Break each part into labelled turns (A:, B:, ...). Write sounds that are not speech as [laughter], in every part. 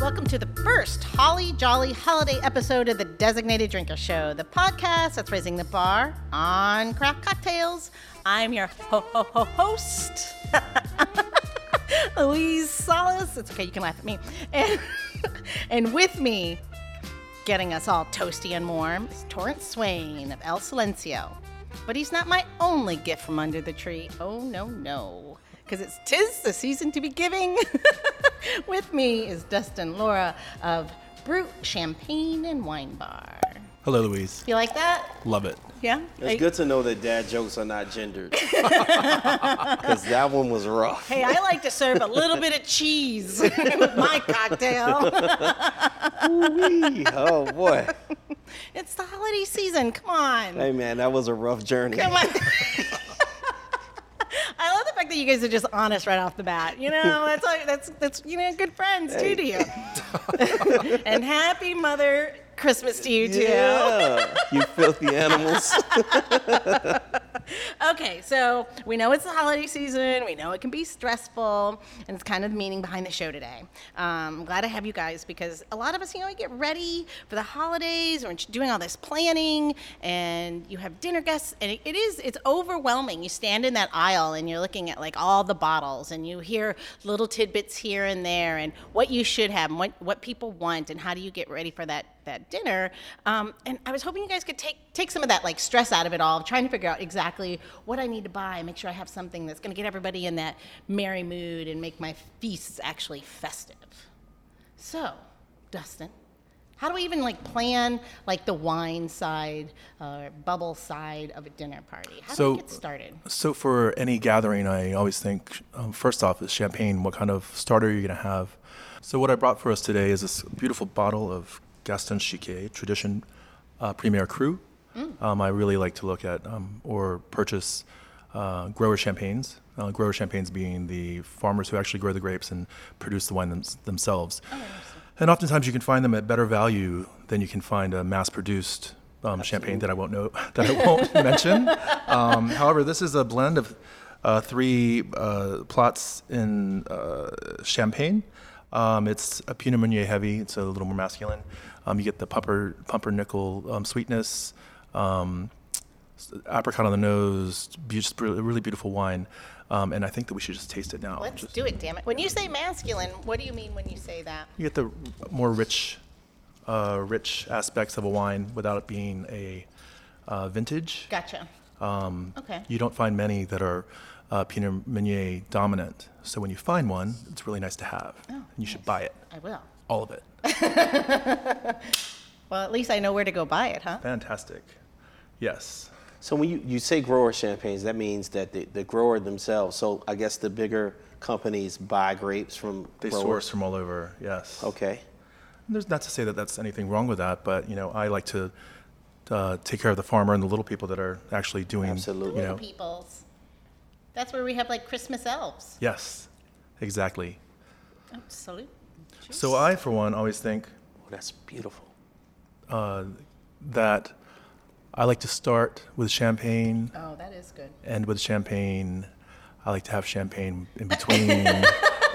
A: welcome to the first Holly Jolly holiday episode of the Designated Drinker Show, the podcast that's raising the bar on craft cocktails. I'm your ho ho ho host, [laughs] Louise Solis. It's okay, you can laugh at me. And, [laughs] and with me, getting us all toasty and warm, is Torrance Swain of El Silencio. But he's not my only gift from under the tree. Oh, no, no. Because it's tis the season to be giving. [laughs] With me is Dustin Laura of Brute Champagne and Wine Bar.
B: Hello, Louise.
A: You like that?
B: Love it.
A: Yeah?
C: It's
A: Like-
C: good to know that dad jokes are
A: [laughs]
C: not gendered. Because that one was rough.
A: Hey, I like to serve a little bit of cheese [laughs] with my cocktail.
C: Ooh-wee. Oh, boy.
A: It's the holiday season. Come on.
C: Hey, man, that was a rough journey.
A: Come on. [laughs] I love the fact that you guys are just honest right off the bat. You know, that's like, that's that's you know, good friends too to you. [laughs] and happy mother Christmas to you too.
C: Yeah.
A: [laughs]
C: you filthy animals.
A: Okay, so we know it's the holiday season. We know it can be stressful, and it's kind of the meaning behind the show today. Um, I'm glad to have you guys because a lot of us, you know, we get ready for the holidays. We're doing all this planning, and you have dinner guests, and it, it is it's overwhelming. You stand in that aisle, and you're looking at like all the bottles, and you hear little tidbits here and there, and what you should have, and what what people want, and how do you get ready for that that dinner. Um, and I was hoping you guys could take take some of that like stress out of it all, trying to figure out exactly what I need to buy, make sure I have something that's going to get everybody in that merry mood and make my feasts actually festive. So, Dustin, how do we even like plan like the wine side or bubble side of a dinner party? How do
B: So-
A: we get started?
B: So, for any gathering, I always think um, first off is champagne. What kind of starter are you going to have? So, what I brought for us today is this beautiful bottle of Gaston Chiquet Tradition uh, Premier Cru. Um, I really like to look at um, or purchase uh, grower champagnes. Uh, grower champagnes being the farmers who actually grow the grapes and produce the wine thems themselves. and oftentimes, you can find them at better value than you can find a mass-produced um, champagne that I won't know [laughs] that I won't mention. Um, however, this is a blend of uh, three uh, plots in uh, Champagne. Um, it's a Pinot Meunier heavy. It's a little more masculine. Um, you get the pumper pumpernickel um, sweetness, um, s- apricot on the nose, be- just really, really beautiful wine. Um, and I think that we should just taste it now.
A: Let's
B: Just-
A: do it, damn it. When you say masculine, what do you mean when you say that?
B: you get the more rich, uh, rich aspects of a wine without it being a uh, vintage.
A: Gotcha. okay.
B: Um, You don't find many that are uh, Pinot Meunier dominant. So when you find one, it's really nice to have. and you should buy it,
A: I will.
B: all of it.
A: Well, at least I know where to go buy it, huh?
B: Fantastic. Yes.
C: So, when you, you say grower champagnes, that means that the, the grower themselves, so I guess the bigger companies buy grapes from
B: They
C: growers.
B: source from all over. Yes.
C: Okay.
B: There's not to say that that's anything wrong with that, but you know, I like to uh, take care of the farmer and the little people that are actually doing.
C: Absolutely.
B: You
A: Little
B: know,
A: peoples. That's where we have like Christmas elves.
B: yes. Exactly.
A: Absolutely.
B: So I, for one, always think
C: Oh, that's beautiful.
B: that I like to start with champagne
A: Oh, that is good.
B: end with champagne. I like to have champagne in between [laughs]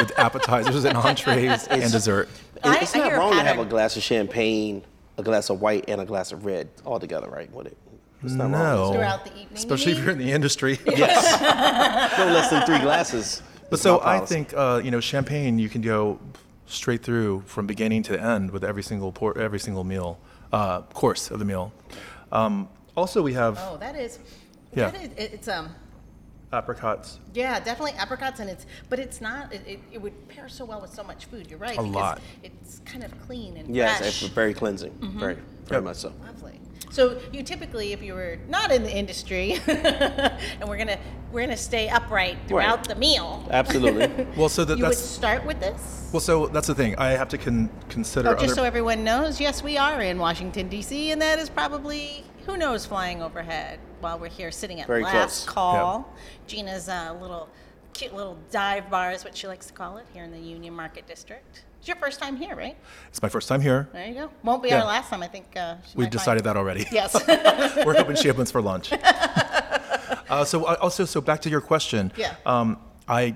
B: with appetizers and entrees and dessert.
A: I-
C: it's
A: I
C: not
A: hear a
C: wrong to have a
A: pattern.
C: glass of champagne, a glass of white, and a glass of red all together, right? With it. It's not
B: No,
C: wrong.
A: Throughout the evening, you
B: especially if
A: mean?
B: you're in the industry.
A: [laughs]
C: Yes. no less than three glasses.
B: But
C: is
B: so I
C: my policy.
B: think uh, you know, champagne you can go straight through from beginning to end with every single por- every single meal uh, course of the meal. Um, also, we have
A: Oh, that is.
B: Yeah.
A: That is, it- it's um.
B: apricots.
A: Yeah, definitely apricots, and it's but it's not. It, it, it would pair so well with so much food. You're right.
B: A
A: because
B: lot.
A: It's kind of clean and
C: Yes,
A: fresh. Mm-hmm.
C: it's very cleansing. Very, very
B: Yep.
C: much so.
A: Lovely. So you typically, if you were not in the industry, [laughs] and we're gonna we're gonna stay upright throughout the meal.
B: [laughs]
C: Absolutely.
B: Well, so that,
A: you would
B: that's
A: start with this.
B: well, so that's the thing. I have to con- consider
A: Oh, just
B: other
A: so everyone knows, yes, we are in Washington D.C., and that is probably who knows flying overhead while we're here sitting at
C: Very
A: last
C: close.
A: call. Gina's uh, little cute little dive bar is what she likes to call it here in the Union Market District. It's your first time here, right?
B: It's my first time here.
A: There you go. Won't be
B: Yeah.
A: our last time, I think. Uh, she
B: We
A: might find-
B: decided that already.
A: [laughs]
B: [laughs]
A: Yes.
B: We're hoping she opens for lunch. uh, so I- also, so back to your question.
A: Yeah.
B: Um, I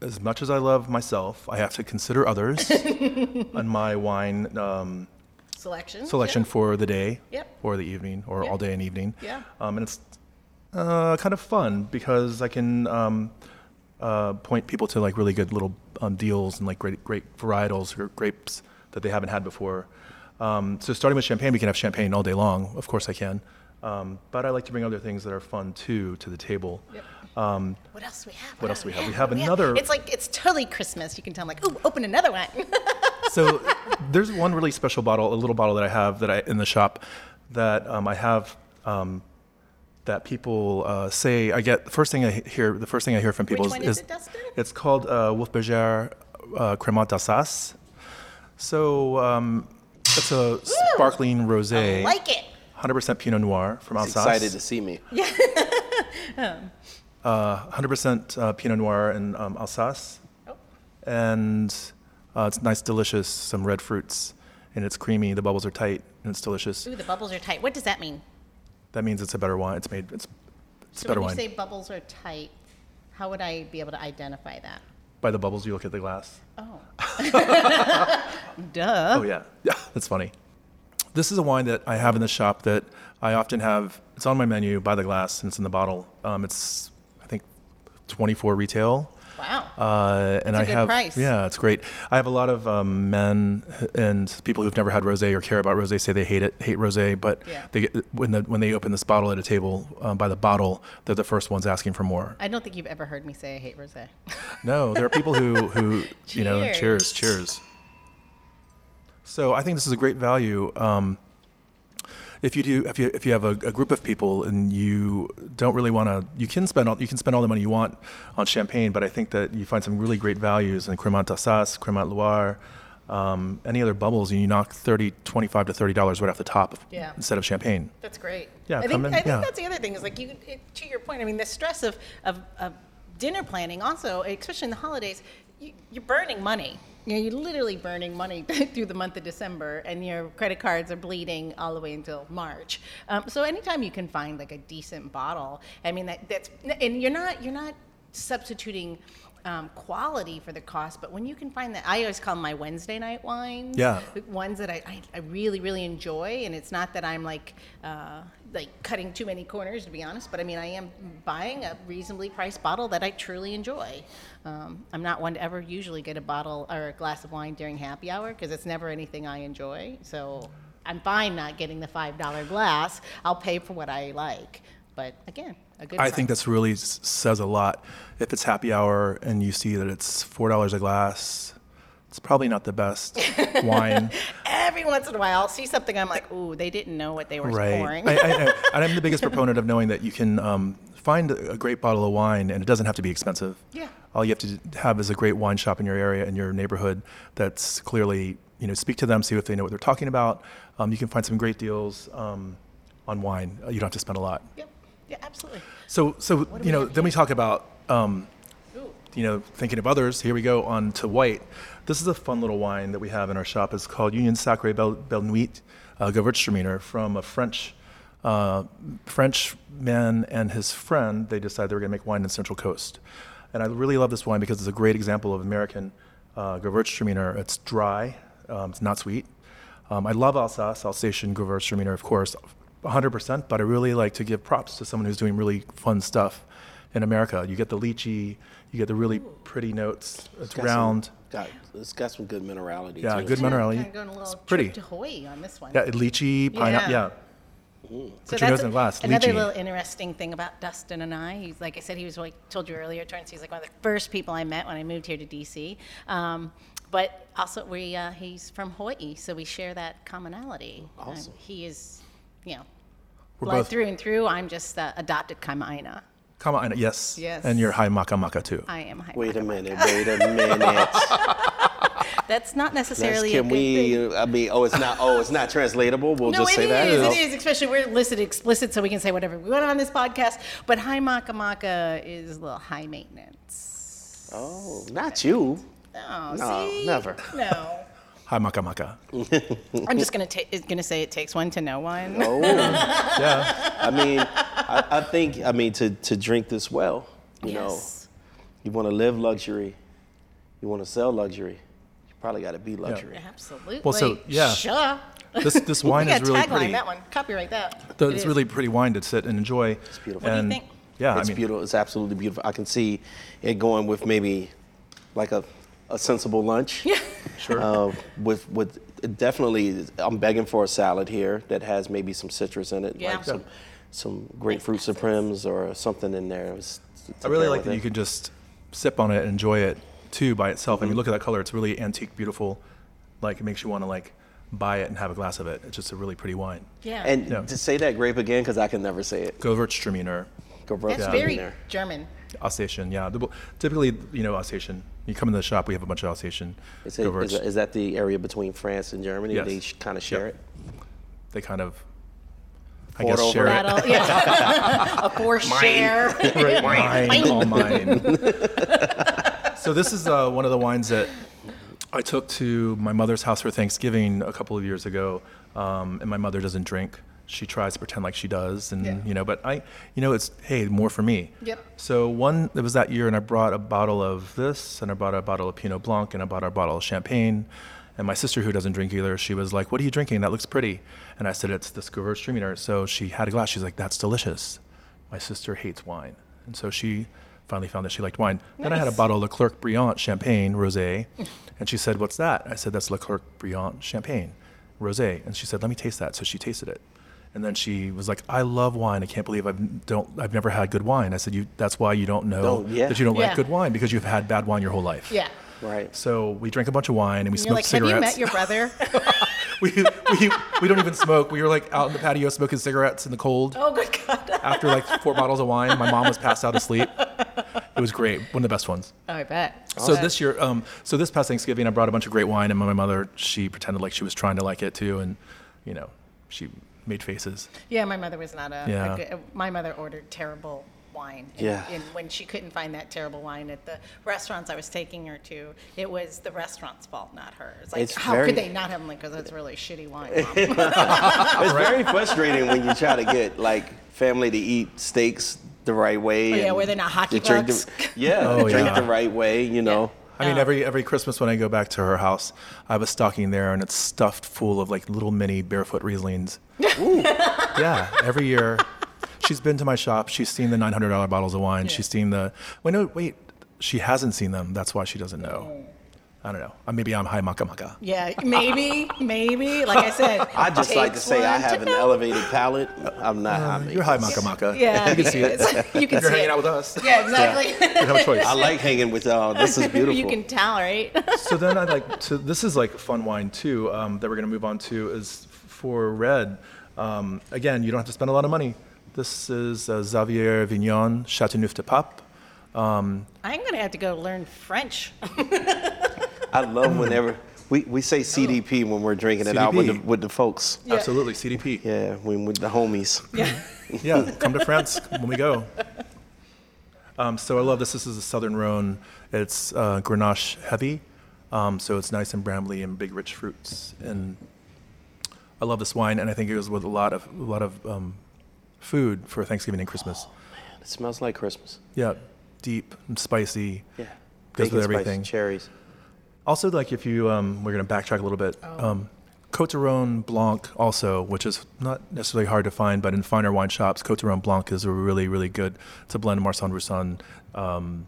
B: as much as I love myself, I have to consider others on my wine um,
A: Selection.
B: selection
A: yeah.
B: for the day
A: Yep.
B: or the evening or
A: Yeah.
B: all day and evening.
A: Yeah.
B: Um, and it's uh, kind of fun because I can um, uh, point people to like really good little um, deals and like great great varietals or grapes that they haven't had before. Um, so starting with champagne, we can have champagne all day long. Of course, I can. Um, but I like to bring other things that are fun too to the table. Um,
A: What else we have?
B: What else we have? We have another-
A: It's like it's totally Christmas. You can tell them like, ooh, open another one. [laughs]
B: so there's one really special bottle, a little bottle that I have that I in the shop that um, I have um, that people uh, say I get. The first thing I hear, the first thing I hear from people
A: one
B: is,
A: is it, Dustin?
B: it's called uh, Wolf Berger uh, Cremant d'Alsace. So um, it's a sparkling rosé,
A: like it.
B: 100% Pinot Noir from
C: He's
B: Alsace.
C: excited to see me.
B: 100% uh, Pinot Noir in um, Alsace.
A: Oh.
B: And uh, it's nice, delicious, some red fruits, and it's creamy. The bubbles are tight, and it's delicious.
A: Ooh, the bubbles are tight. What does that mean?
B: That means it's a better wine. It's made, it's, it's
A: So
B: better
A: when
B: wine.
A: you say bubbles are tight, how would I be able to identify that?
B: By the bubbles, you look at the glass. [laughs]
A: Oh. [laughs] Duh.
B: Oh, yeah. [laughs] Yeah, that's funny. This is a wine that I have in the shop that I often have. It's on my menu by the glass, and it's in the bottle. Um, it's, I think, 24 retail.
A: Wow.
B: Uh, and I
A: a good
B: have,
A: price.
B: yeah, it's great. I have a lot of um, men and people who've never had rosé or care about rosé say they hate it, hate rosé, but
A: Yeah.
B: they get, when the when they open this bottle at a table um, by the bottle, they're the first ones asking for more.
A: I don't think you've ever heard me say I hate rosé. [laughs]
B: No, there are people who who you know,
A: Cheers.
B: cheers, cheers. So I think this is a great value. Um, if you do, if you if you have a, a group of people and you don't really want to, you can spend all you can spend all the money you want on champagne, but I think that you find some really great values in Cremant d'Alsace, Cremant Loire, um, any other bubbles, and you knock 30 25 to thirty dollars right off the top
A: Yeah.
B: instead of champagne.
A: That's great.
B: Yeah,
A: I think,
B: come in,
A: I think
B: yeah.
A: that's the other thing is like you, it, to your point. I mean, the stress of of, of dinner planning, also, especially in the holidays, you, you're burning money. You know, you're literally burning money [laughs] through the month of December, and your credit cards are bleeding all the way until March. Um, so anytime you can find like a decent bottle, I mean, that that's and you're not you're not substituting. Um, quality for the cost, but when you can find that, I always call 'em my Wednesday night wines
B: Yeah.
A: ones that I, I, I really really enjoy and it's not that i'm like uh, like cutting too many corners to be honest but i mean i am buying a reasonably priced bottle that i truly enjoy um, i'm not one to ever usually get a bottle or a glass of wine during happy hour because it's never anything i enjoy so i'm fine not getting the five dollar glass i'll pay for what i like but again a good
B: I think that's really s- says a lot. If it's happy hour and you see that it's four dollars a glass, it's probably not the best wine,
A: every once in a while i'll see something i'm like ooh they didn't know what they were
B: right?
A: pouring
B: I, I, I, and I'm the biggest proponent of knowing that you can um, find a a great bottle of wine, and it doesn't have to be expensive.
A: Yeah.
B: All you have to d- have is a great wine shop in your area in your neighborhood that's clearly you know speak to them, see if they know what they're talking about. Um, you can find some great deals um, on wine. Uh, You don't have to spend a lot.
A: yep yeah absolutely
B: So, so you know, then we talk about, um,
A: Ooh.
B: you know, thinking of others. Here we go on to white. This is a fun little wine that we have in our shop. It's called Union Sacré Bel, Belle Nuit uh, Gewürztraminer from a French uh, French man and his friend. They decided they were going to make wine in Central Coast, and I really love this wine because it's a great example of American uh, Gewürztraminer. It's dry. Um, it's not sweet. Um, I love Alsace, Alsatian Gewürztraminer, of course, 100%, but I really like to give props to someone who's doing really fun stuff in America. You get the lychee, you get the really pretty notes. It's
C: Got some-
B: round.
C: got, it's got some good minerality.
B: Yeah,
C: too.
A: I'm
B: good minerality.
A: kinda going a little
B: It's pretty.
A: trip to Hawaii on this one.
B: Yeah, lychee, pineapple.
A: Yeah.
B: Yeah.
A: So
B: Put your
A: that's
B: nose in
A: a-
B: glass,
A: Another
B: lychee.
A: little interesting thing about Dustin and I, he's like I said, he was like told you earlier, Terrence. He's like one of the first people I met when I moved here to DC. Um, but also, we uh, he's from Hawaii, so we share that commonality. Um,
C: Awesome.
A: he is, you know,
B: We're
A: blood
B: both-
A: through and through. I'm just the adopted Kamaina.
B: Kama Aina, yes.
A: Yes.
B: And your high maca maca too.
A: I am. High
C: Wait a minute. Wait a minute.
A: [laughs] That's not
C: Let's-
A: necessarily. a
C: can
A: good thing.
C: we? I mean, oh, it's not. Oh, it's not translatable. We'll
A: No,
C: just
A: it
C: say that.
A: is. It is. Especially we're listed explicit, so we can say whatever we want on this podcast. But high maca maca is a little high maintenance.
C: Oh, not you.
A: Oh,
C: No,
A: see?
C: never. [laughs]
A: No.
B: High maca maca.
A: I'm just gonna ta- gonna say it takes one to know one.
C: Oh,
B: yeah.
C: I mean, I, I think. I mean, to to drink this well, you know, you want to live luxury. you want to sell luxury, you probably got to be luxury.
A: Absolutely.
B: Well, so, yeah.
A: Sure.
B: This this
A: [laughs]
B: wine
A: we
B: is
A: got
B: really
A: tagline
B: pretty.
A: that one. Copyright that.
B: The-
A: It
B: it's
A: is.
B: really pretty wine to sit and enjoy. It's
C: beautiful. What do
A: you
B: And,
A: think?
B: Yeah,
C: it's
B: I mean,
C: beautiful. It's absolutely beautiful. I can see it going with maybe like a, a sensible lunch. Yeah.
B: [laughs] Sure.
C: Uh, with with definitely, I'm begging for a salad here that has maybe some citrus in it,
A: Yeah.
C: like some some grapefruit supremes or something in there. It's- it's
B: I really
C: there
B: like
C: with
B: that
C: it.
B: you can just sip on it and enjoy it too by itself.
C: Mm-hmm.
B: I mean, look at that color; it's really antique, beautiful. Like it makes you want to like buy it and have a glass of it. It's just a really pretty wine.
A: Yeah.
C: And
B: Yeah.
C: to say that grape again, because I can never say it.
B: Gewürztraminer,
C: Go
A: that's
C: yeah.
A: very German.
B: Alsatian. Yeah, The- typically, you know, Alsatian. You come into the shop, we have a bunch of Alsatian
C: Is, it, is,
B: Gewürz.
C: is that the area between France and Germany?
B: Yes.
C: They kind of share
B: Yep.
C: it.
B: They kind of, I
C: Pour
B: guess,
C: over
B: share it.
A: That'll, yeah.
C: [laughs]
A: [laughs] a four share.
B: [laughs] Right, mine, all mine. [laughs] so this is uh, one of the wines that I took to my mother's house for Thanksgiving a couple of years ago, um, and my mother doesn't drink. She tries to pretend like she does, and
A: Yeah.
B: you know, but I, you know, it's hey, more for me.
A: Yep.
B: So one, it was that year, and I brought a bottle of this, and I brought a bottle of Pinot Blanc, and I bought a bottle of champagne. And my sister, who doesn't drink either, she was like, "What are you drinking? That looks pretty." And I said, "It's this Gewürztraminer." So she had a glass. She's like, "That's delicious." My sister hates wine, and so she finally found that she liked wine. Then I had a
A: Nice.
B: bottle of Leclerc Briand Champagne Rosé, and she said, "What's that?" I said, "That's Leclerc Briand Champagne Rosé," and she said, "Let me taste that." So she tasted it, and then she was like, "I love wine. I can't believe I've don't I've never had good wine." I said, "You that's why you don't know
C: Oh, yeah.
B: that you don't
A: Yeah.
B: like good wine because you've had bad wine your whole life."
A: Yeah.
C: Right.
B: So we drank a bunch of wine and we
A: And you're
B: smoked
A: like,
B: cigarettes.
A: have you met your
C: [laughs]
A: brother?
B: [laughs] we, we, we don't even smoke. We were like out in the patio smoking cigarettes in the cold
A: oh, good God.
B: after like four bottles of wine. My mom was passed out asleep. It was great. One of the best ones.
A: Oh, I bet.
B: So this year, um, so this past Thanksgiving, I brought a bunch of great wine, and my mother she pretended like she was trying to like it too, and you know, she made faces.
A: Yeah, my mother was not a. a
B: Yeah.
A: good- uh, my mother ordered terrible wine. And,
C: Yeah.
A: and when she couldn't find that terrible wine at the restaurants I was taking her to, it was the restaurant's fault, not hers. Like,
C: It's
A: how
C: very-
A: could they not have them? Because that's really shitty wine.
C: [laughs]
A: Mom. [laughs]
C: It's very frustrating when you try to get like family to eat steaks the right way.
A: Oh, yeah,
C: and
A: where they're not hockey
C: to drink the-
A: pucks. [laughs]
C: yeah,
B: Oh,
C: drink
B: yeah.
C: the right way. You know,
B: I mean,
A: Oh.
B: every every Christmas when I go back to her house, I have a stocking there, and it's stuffed full of like little mini barefoot Rieslings.
A: [laughs]
B: yeah, every year, she's been to my shop. She's seen the nine hundred dollar bottles of wine. She's seen the. Wait, no, wait. She hasn't seen them. That's why she doesn't
A: Mm.
B: know. I don't know. Uh, Maybe I'm high maka maka.
A: Yeah, maybe, maybe. Like I
C: [laughs]
A: said,
C: I just like to
A: takes
C: say I
A: one to
C: have an
A: know.
C: elevated palate. I'm not high.
B: Uh, You're high maka maka.
A: [laughs] Yeah,
B: you can see it.
A: it's
C: [laughs]
A: like- you can
B: You're
A: see
B: hanging
A: it.
B: out with us.
A: Yeah, exactly.
B: You have a choice.
C: I like hanging
A: [laughs]
C: with y'all. This is beautiful.
A: you can tell, right? [laughs]
B: so then I like so this is like a fun wine too um, that we're gonna move on to is for red. Um, again, you don't have to spend a lot of money. This is uh, Xavier Vignon Chateauneuf de Pape.
A: I'm gonna have to go learn French.
C: I
B: Mm.
C: love whenever we, we say CDP when we're drinking it out with the,
B: CDP.
C: with the folks.
A: Oh. Yeah.
B: Absolutely, CDP. Yeah.
C: Yeah, when with the homies.
A: [laughs] Yeah.
B: come to France when we go. Um, so I love this. This is a Southern Rhone. It's uh, Grenache heavy, um, so it's nice and brambly and big, rich fruits. And I love this wine, and I think it goes with a lot of a lot of um, food for Thanksgiving and Christmas.
C: It smells like Christmas.
B: Yeah, deep and spicy.
C: Yeah.
B: Goes
C: Bacon,
B: with
C: spice,
B: everything.
C: cherries.
B: Also, like if you, um, we're gonna backtrack a little bit.
A: Oh.
B: Um, Cote d'Aron Blanc, also, which is not necessarily hard to find, but in finer wine shops, Cote d'Aron Blanc is a really, really good to blend Marsan Roussan. Um,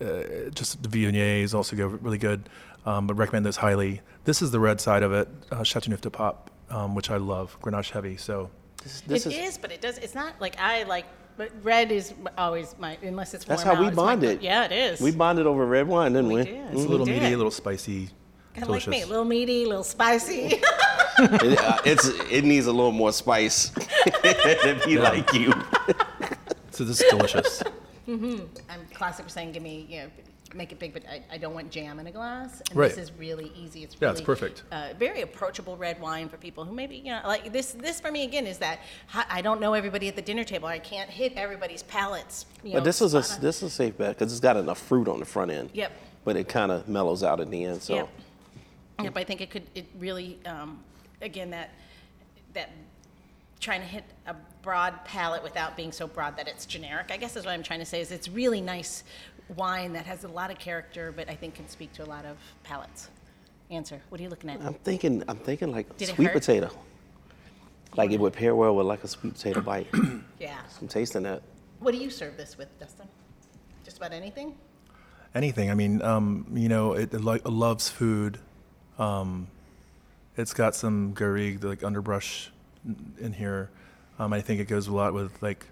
B: uh, just the Viogniers also go really good, um, but recommend those highly. This is the red side of it, uh, Chateauneuf de Pop, um, which I love, Grenache heavy. So
C: This,
A: It is,
C: this is
A: but it does. It's not like I like. But red is always my unless it's
C: That's
A: warm
C: how we
A: out, it's my-
C: bonded.
A: yeah, it is.
C: we bonded over red wine, didn't we?
A: did.
B: it's a
A: We
B: little
A: did.
B: meaty, a little spicy,
A: Mm-hmm. Kinda like
B: delicious.
A: me, a little meaty, a little spicy.
C: It, uh, it's it needs a little more spice. [laughs] It'd be like you.
B: so this
A: [laughs]
B: is delicious.
A: [laughs] I'm classic for saying, give me, you know, make it big, but I, I don't want jam in a glass. And
B: Right.
A: this is really easy. It's
B: Yeah,
A: really,
B: it's perfect.
A: Uh, very approachable red wine for people who maybe, you know, like this, this for me again is that hi- I don't know everybody at the dinner table. I can't hit everybody's palates. You know,
C: But this is a
A: spot on.
C: this is a safe bet because it's got enough fruit on the front end.
A: Yep.
C: But it kind of mellows out at the end. So
A: Yep. Yep, I think it could, it really, um, again, that, that trying to hit a broad palette without being so broad that it's generic, I guess is what I'm trying to say, is it's really nice wine that has a lot of character, but I think can speak to a lot of palates. Answer. What are you looking at?
C: I'm thinking, I'm thinking like
A: Did it
C: sweet
A: hurt?
C: potato. Like it would pair well with like a sweet
B: [clears throat]
C: potato bite. I'm
A: yeah.
C: tasting that.
A: What do you serve this with, Dustin? Just about anything?
B: anything. I mean, um, you know, it, it, lo- it loves food. Um, it's got some garrigue, like underbrush, n- in here. Um, I think it goes a lot with like,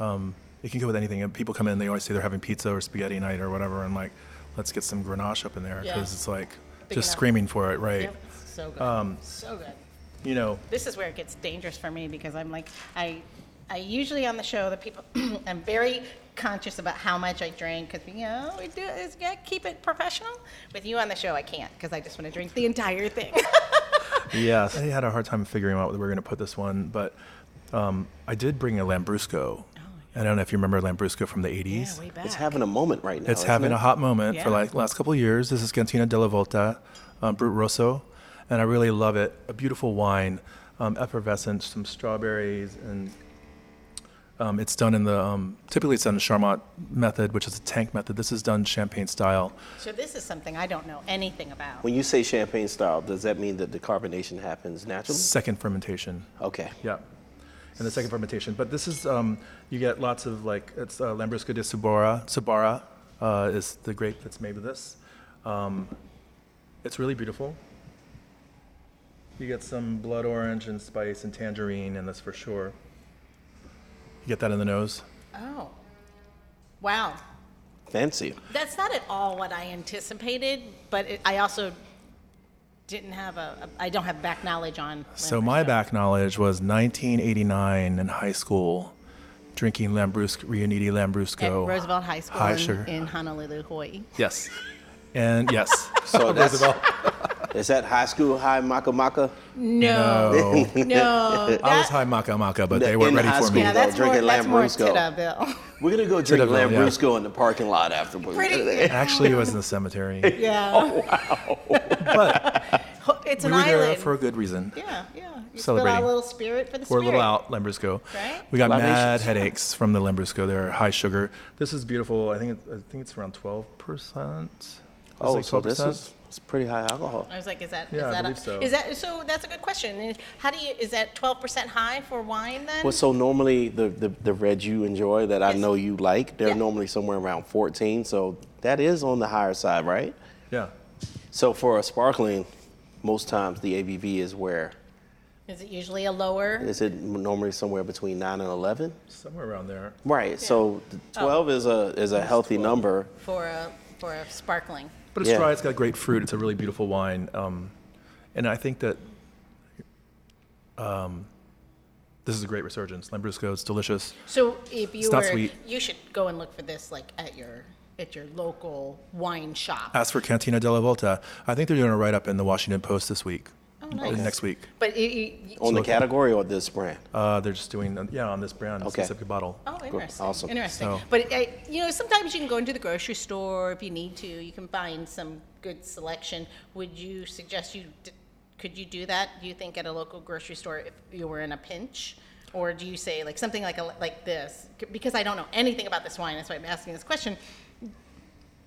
B: um, it can go with anything. And people come in, they always say they're having pizza or spaghetti night or whatever, and like, let's get some grenache up in there
A: Yeah.
B: because it's like
A: Big
B: just
A: enough.
B: screaming for it, right?
A: Yep. So good. so good.
B: You know,
A: This is where it gets dangerous for me because I'm like, I, I usually on the show, the people, [clears throat] I'm very conscious about how much I drink because, you know, we do, it's got to keep it professional. With you on the show, I can't because I just want to drink the entire
C: [laughs]
A: thing.
B: Yes. I had a hard time figuring out where we were going to put this one, but um, I did bring a Lambrusco.
A: Oh,
B: I don't know if you remember Lambrusco from the 80s.
A: Ah,
C: It's having a moment right now.
B: it's
C: Oh, isn't
B: having
C: it?
B: a hot moment
A: Yeah.
B: for like last couple of years. This is Cantina della Volta, um, Brut Rosso, and I really love it. A beautiful wine, um, effervescent, some strawberries, and um, it's done in the um, typically it's done in Charmat method, which is a tank method. This is done champagne style.
A: so this is something I don't know anything about.
C: When you say champagne style, does that mean that the carbonation happens naturally?
B: Second fermentation.
A: [laughs]
C: Okay.
B: Yeah. And the second fermentation. But this is, um, you get lots of like, it's uh, Lambrusco de Subara. Subara uh, is the grape that's made with this. Um, it's really beautiful. You get some blood orange and spice and tangerine in this for sure. You get that in the nose?
A: Oh. Wow.
B: [laughs]
C: Fancy.
A: That's not at all what I anticipated, but it, I also didn't have a, I don't have back knowledge on.
B: So my
A: Lambrusco.
B: back knowledge was 1989 in high school, drinking Lambrusco, Riuniti
A: At
B: Lambrusco.
A: Roosevelt High School
B: Hi,
A: in,
B: sure.
A: in Honolulu,
B: [laughs]
A: Hawaii.
B: Yes. And yes.
C: So that's, is that high school high maka maka?
A: [laughs] No,
B: Oh.
A: no.
B: I
A: that-
B: was high maca maca, but
C: The-
B: they weren't
C: in
B: ready
C: high
B: for me.
C: school.
A: yeah, that's
C: Drinking
A: more, that's more
C: Lambrusco.
B: [laughs]
A: Tidaville.
C: We're gonna go drink
B: Titterville, yeah.
C: Lambrusco in the parking lot afterwards. [laughs]
A: Pretty-
B: Actually, it
A: [laughs]
B: was in the cemetery,
A: yeah.
B: but
A: Ho- It's
B: Oh. we
A: an
B: were
A: island.
B: there for a good reason.
A: yeah, yeah. You spill out
B: Celebrating.
A: a little spirit for the
B: We're a
A: spirit.
B: little out Lambrusco.
A: Right?
B: We got mad
C: Libations.
B: headaches from the Lambrusco. They're high sugar. This is beautiful. I think it, I think it's around twelve percent.
C: Oh, so this is it's pretty high alcohol.
A: I was like, is that is
B: Yeah, I
A: that a,
B: believe so.
A: is that so? That's a good question. And How do you is that twelve percent high for wine then?
C: Well, so normally the, the, the reds you enjoy that I
A: Yes.
C: know you like, they're
A: Yeah.
C: normally somewhere around 14. So that is on the higher side, right?
B: yeah.
C: So for a sparkling, most times the ABV is where?
A: is it usually a lower?
C: Is it normally somewhere between 9 and 11?
B: Somewhere around there.
C: Right. So the 12 is a is a healthy number.
A: for a for a sparkling.
B: But it's
C: Yeah.
B: dry. It's got great fruit. It's a really beautiful wine. Um, and I think that um, this is a great resurgence. Lambrusco. It's delicious.
A: So if you
B: It's
A: were,
B: not sweet.
A: you should go and look for this like at your at your local wine shop.
B: As for Cantina della Volta, I think they're doing a write up in the Washington Post this week.
A: Oh, nice.
B: Next week.
A: but you, you, you-
C: On the
B: okay.
C: category or this brand?
B: Uh, they're just doing, yeah, on this brand, this
C: Okay.
B: specific bottle.
A: oh, interesting,
C: Awesome.
A: interesting.
B: So-
A: But uh, you know, sometimes you can go into the grocery store if you need to. You can find some good selection. Would you suggest you d- could you do that? Do you think at a local grocery store if you were in a pinch? Or do you say like something like a, like this? C- Because I don't know anything about this wine, that's why I'm asking this question.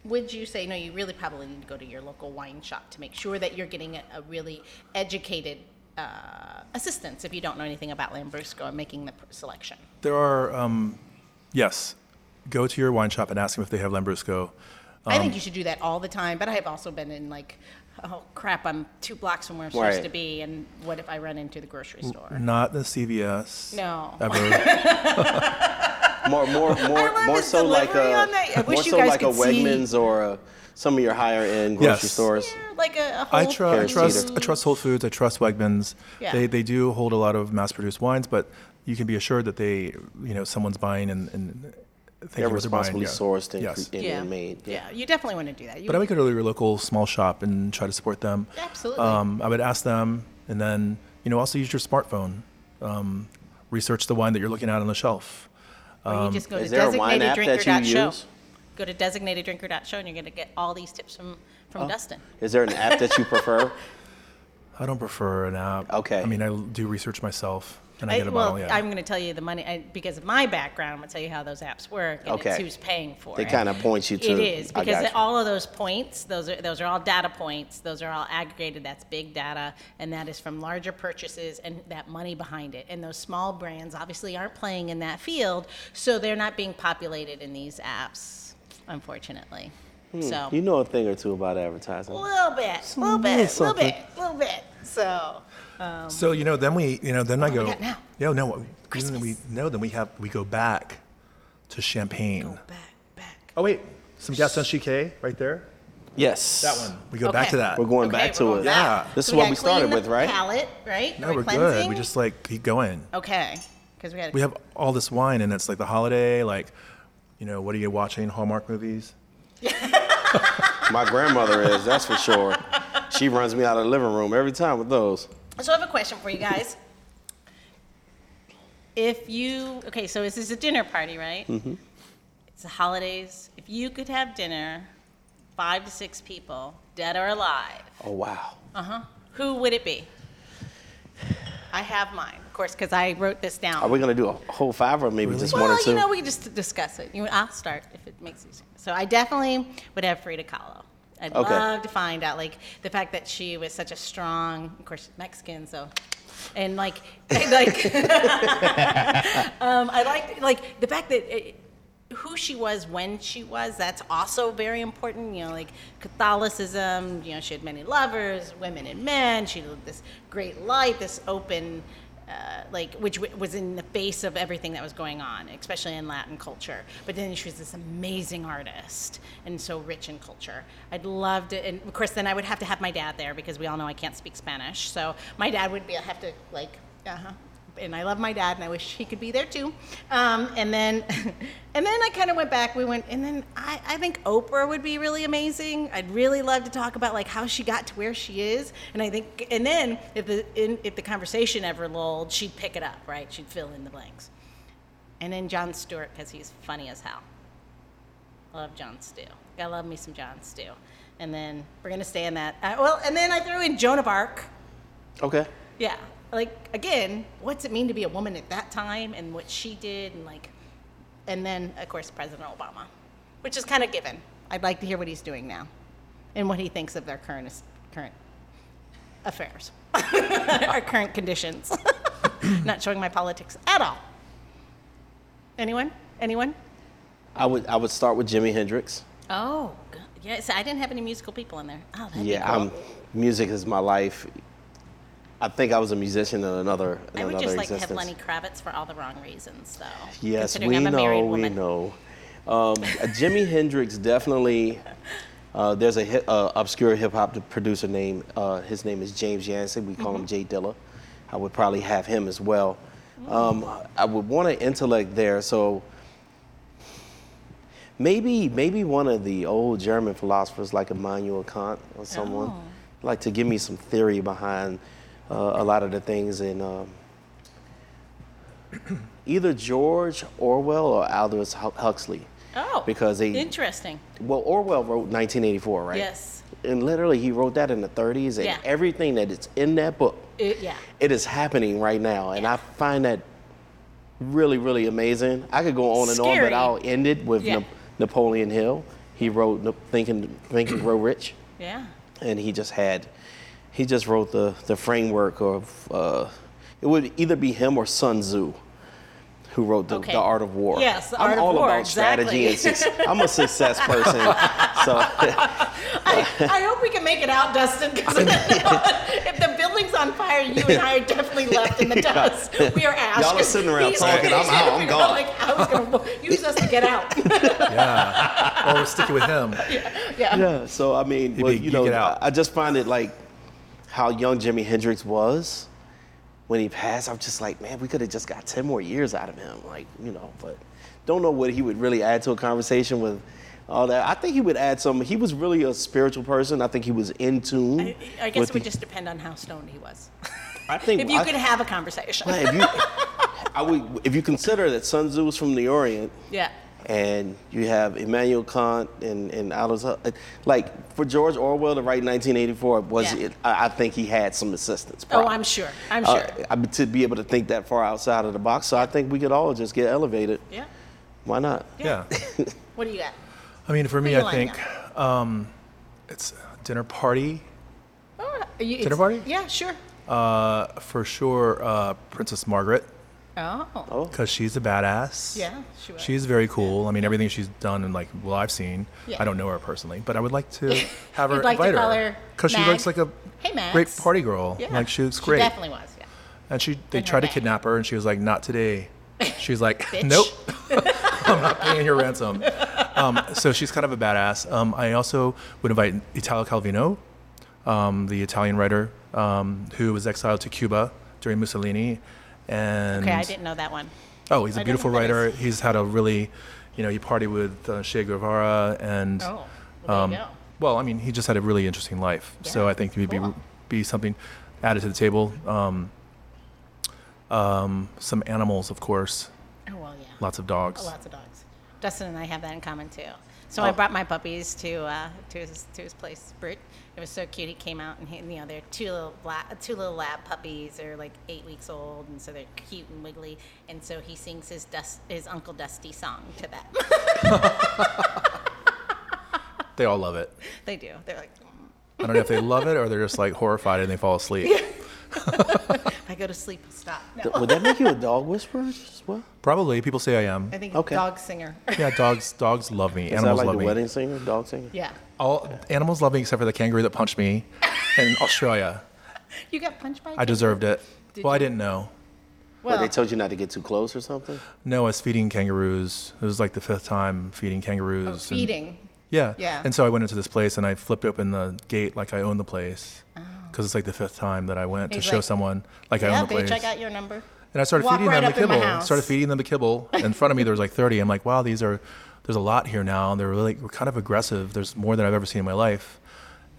A: Would you say no? You really probably need to go to your local wine shop to make sure that you're getting a, a really educated uh, assistance if you don't know anything about Lambrusco and making the pr- selection.
B: There are, um, yes, go to your wine shop and ask them if they have Lambrusco.
A: I
B: Um,
A: think you should do that all the time, but I have also been in like, oh crap, I'm two blocks from where I'm supposed
C: Right.
A: to be, and what if I run into the grocery
B: Mm,
A: store?
B: Not the CVS.
A: No. [laughs]
B: Ever.
C: More more more
A: love
C: more
A: his
C: so like
A: delivery
C: a
A: on that. I
C: more
A: wish you
C: so
A: guys
C: like a
A: could see.
C: Wegmans or a, some of your higher end grocery
B: Yes.
C: stores.
A: Yeah, Eh, like a, a whole
B: I, tru- I
C: Harris
B: trust. I
C: Teeter.
B: trust Whole Foods. I trust Wegmans.
A: Yeah.
B: They they do hold a lot of mass-produced wines, but you can be assured that they, you know, someone's buying and, and thinking
C: They're
B: what they're buying,
C: responsibly
B: yeah.
C: sourced and,
B: yes.
C: cre- and
A: yeah.
C: made.
A: Yeah. you definitely want to do that. You,
B: But I would go to your local small shop and try to support them.
A: Absolutely.
B: Um, I would ask them, and then you know also use your smartphone. Um, research the wine that you're looking at on the shelf.
A: or
B: Um,
A: you just go to
C: Is there a wine app that you
A: designatedDrinker.show.
C: use?
A: Go to designatedDrinker.show, and you're going to get all these tips from from
C: Oh.
A: Dustin.
C: Is there an app that you prefer?
B: I don't prefer an app.
C: Okay.
B: I mean, I l- do research myself. And I get a
A: well,
B: bottle, yeah.
A: I'm going to tell you the money I, because of my background. I'm going to tell you how those apps work and it's
C: Okay.
A: who's paying for
C: They
A: it.
C: kinda point you to-
A: It is
C: I
A: because
C: got you.
A: all of those points, those are those are all data points. Those are all aggregated. That's big data, and that is from larger purchases and that money behind it. And those small brands obviously aren't playing in that field, so they're not being populated in these apps, unfortunately. So
C: Hmm. You know a thing or two about advertising.
A: a little bit, a little
C: little
A: bit, a little
C: something.
A: bit, a little bit. So.
B: So you know, then we, you know, then I go.
A: got now?
B: Yeah, no. what- Then we no. Then we have we go back to champagne.
A: Back, back.
B: Oh wait, some Gaston Chiquet right there.
C: Yes.
B: We go back
A: Okay.
B: to that.
C: We're going
A: Okay,
C: back to
A: we're
C: it.
A: going back.
B: Yeah.
C: This is
A: So
C: what
A: gotta
C: we started
A: clean the
C: with, right?
A: Palette, right?
B: no,
A: Are we
B: we're good.
A: cleansing?
B: We just like keep going.
A: okay, because we got.
B: We have all this wine, and it's like the holiday. Like, you know, what are you watching? Hallmark movies.
C: My grandmother is, that's for sure. She runs me out of the living room every time with those.
A: So I have a question for you guys. If you okay, so this is a dinner party, right? Mm-hmm. It's the holidays. If you could have dinner, five to six people, dead or alive,
C: Oh, wow.
A: uh huh, who would it be? I have mine, of course, because I wrote this down.
C: Are we going to do a whole five or maybe just one
A: well,
C: or two?
A: you know, we can just discuss it. You, I'll start if it makes you. So I definitely would have Frida Kahlo. I'd
C: Okay.
A: love to find out, like the fact that she was such a strong, of course, she's Mexican, so, and like, [laughs] and, like, um, I like like the fact that. It, who she was when she was that's also very important you know like catholicism you know she had many lovers women and men she lived this great life this open uh, like which w- was in the face of everything that was going on especially in latin culture but then she was this amazing artist and so rich in culture i'd love to and of course then i would have to have my dad there because we all know i can't speak spanish so my dad would be i have to like uh-huh and I love my dad, and I wish he could be there too. Um, and then, [laughs] and then I kind of went back. We went, and then I, I think Oprah would be really amazing. I'd really love to talk about like how she got to where she is. And I think, and then if the in, if the conversation ever lulled, she'd pick it up, right? She'd fill in the blanks. And then John Stewart because he's funny as hell. Love John Stew. Gotta love me some John Stew. And then we're gonna stay in that. Uh, well, and then I threw in Joan of Arc.
C: okay.
A: Yeah. Like again, what's it mean to be a woman at that time and what she did and like and then of course President Obama, which is kind of given. I'd like to hear what he's doing now and what he thinks of their current current affairs. [laughs] Our current conditions. [laughs] Not showing my politics at all. Anyone? Anyone?
C: I would, I would start with Jimi Hendrix.
A: Oh, good. yeah. So I didn't have any musical people in there. Oh, that'd
C: Yeah,
A: be cool.
C: I'm, music is my life. I think I was a musician in another, in
A: I would
C: another
A: just like
C: existence.
A: to have Lenny Kravitz for all the wrong reasons, though.
C: Yes,
A: considering
C: we
A: I'm a
C: know,
A: married
C: we
A: woman.
C: know. Um, Jimi
A: [laughs]
C: Hendrix definitely. Uh, there's a hip, uh, obscure hip hop producer named uh, his name is James Yancey. We
A: Mm-hmm.
C: call him Jay Dilla. I would probably have him as well. Um,
A: Mm.
C: I would want an intellect there, so maybe maybe one of the old German philosophers like Immanuel Kant or someone
A: Oh.
C: like to give me some theory behind uh, a lot of the things in. Um, either George Orwell or Aldous Hu- Huxley.
A: Oh,
C: Because they-
A: interesting.
C: Well, Orwell wrote 1984, right?
A: Yes.
C: And literally, he wrote that in the 30s, and
A: Yeah.
C: everything that is in that book,
A: It- yeah.
C: it is happening right now, and I find that really, really amazing. I could go on and on,
A: Scary.
C: but I'll end it with
A: Yeah.
C: Nap- Napoleon Hill. He wrote Nap- Think and, Think and Grow Rich,
A: Yeah.
C: and he just had, he just wrote the the framework of, uh, it would either be him or Sun Tzu. Who wrote the,
A: Okay.
C: the Art of War?
A: Yes, The
C: I'm
A: Art of
C: all
A: War,
C: about strategy and success. I'm
A: [laughs]
C: a success person, so
A: [laughs] I, I hope we can make it out, Dustin, because [laughs] if the building's on fire, you and I are definitely left [laughs] in the dust. We are ash.
C: Y'all are sitting around
A: He's-
C: talking, I'm out, I'm gone.
A: Like, I was going [laughs] to use us to get out.
B: Yeah. or we're sticking with him.
A: [laughs] yeah.
C: Yeah, so I mean, well,
B: be
C: you know,
B: geeking out.
C: I I just find it like how young Jimi Hendrix was when he passed. I'm just like, man, we could have just got 10 more years out of him. Like, you know, but don't know what he would really add to a conversation with all that. I think he would add some, he was really a spiritual person. I think he was in tune.
A: I, I guess
C: with
A: it would
C: the-
A: just depend on how stoned he [laughs] was.
C: I think
A: if you
C: I- [laughs]
A: could have a conversation.
C: if you, I would, if you consider that Sun Tzu was from the Orient,
A: [laughs] yeah.
C: and you have Immanuel Kant and and Aldous Huxley. Like for George Orwell to write 1984 was
A: Yeah.
C: it, I, I think he had some assistance.
A: Oh,
C: probably.
A: I'm sure. I'm
C: Uh,
A: sure.
C: I mean, to be able to think that far outside of the box, so I think we could all just get elevated.
A: yeah.
C: Why not?
B: Yeah.
A: What do you got?
B: I mean, for me,
A: you
B: I
A: like
B: think um, it's dinner party
A: Oh, you,
B: Dinner
A: it's-
B: party?
A: Yeah, sure.
B: uh, for sure. Uh, Princess Margaret
A: Oh.
C: Oh,
B: because she's a badass.
A: Yeah, she was.
B: She's very cool. I mean, everything she's done and like well, I've seen.
A: Yeah.
B: I don't know her personally, but I would like
A: [laughs]
B: to have her
A: You'd like to
B: invite
A: call
B: her
A: her
B: she
A: Mag.
B: looks like a
A: Hey, Max.
B: great party girl.
A: Yeah.
B: Like she looks great.
A: definitely was. Yeah.
B: And she they
A: And her
B: tried to
A: bag.
B: kidnap her, and she was like, "Not today." She's
A: [laughs]
B: like, "Nope, [laughs] I'm not paying your ransom." Um, so she's kind of a badass. Um, I also would invite Italo Calvino, um, the Italian writer um, who was exiled to Cuba during Mussolini, and
A: Okay, I didn't know that one.
B: oh, he's
A: I
B: a
A: don't
B: beautiful
A: know who that
B: writer. He's had a really, you know, he partied with uh, Che Guevara and.
A: Oh, well, there you
B: Um,
A: go.
B: Well, I mean, he just had a really interesting life, so
A: Yeah,
B: I think he would
A: cool.
B: be be something added to the table. Um, um, some animals, of course,
A: Oh well, yeah.
B: lots of dogs. Oh.
A: Oh, lots of dogs. Dustin and I have that in common too. So I brought my puppies to uh, to his to his place. Brute. It was so cute. He came out and he, you know they're two little la- two little lab puppies. They're like eight weeks old, and so they're cute and wiggly. And so he sings his dust his Uncle Dusty song to them. [laughs]
B: They all love it.
A: they do. They're like, "Mm,
B: I don't know
A: [laughs]
B: if they love it or they're just like horrified and they fall asleep.
A: if I go to sleep, stop. No,
C: Th- would that make you a dog whisperer as well?
B: Probably people say I am.
A: I think
C: Okay.
A: dog singer. [laughs]
B: Yeah, dogs. Dogs love me.
C: Is that
B: animals
C: like
B: love
C: the
B: me.
C: wedding singer, dog singer?
A: yeah.
B: All animals love me except for the kangaroo that punched me in Australia.
A: You got punched by. a
B: I
A: kid?
B: deserved it.
A: Did
B: well, I
A: you?
B: didn't know.
C: Where
A: Well,
C: they told you not to get too close or something?
B: No, I was feeding kangaroos. It was like the fifth time feeding kangaroos.
A: Oh,
B: and-
A: feeding.
B: Yeah.
A: Yeah.
B: And so I went into this place and I flipped open the gate like I own the place. Because it's like the fifth time that I went
A: Oh. He's
B: to show
A: like,
B: someone like I
A: Yeah,
B: own the
A: they
B: place.
A: check out your number.
B: and I started
A: walk
B: feeding
A: right
B: them
A: up
B: the
A: in my
B: kibble.
A: house.
B: Started feeding them the kibble. In front of me there was like 30. I'm like, wow, these are there's a lot here now. And they're really we're kind of aggressive. There's more than I've ever seen in my life.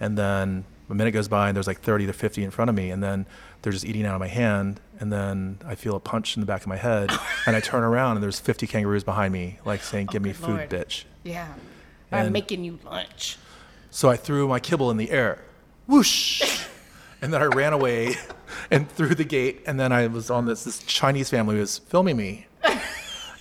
B: And then a minute goes by and there's like 30 to 50 in front of me. And then they're just eating out of my hand. And then I feel a punch in the back of my head. and I turn around and there's 50 kangaroos behind me, like saying, "Give me
A: Oh, good
B: food,
A: Lord.
B: bitch."
A: Yeah. I'm
B: And-
A: making you lunch.
B: So I threw my kibble in the air, whoosh, and then I ran away and through the gate. And then I was on this this Chinese family was filming me,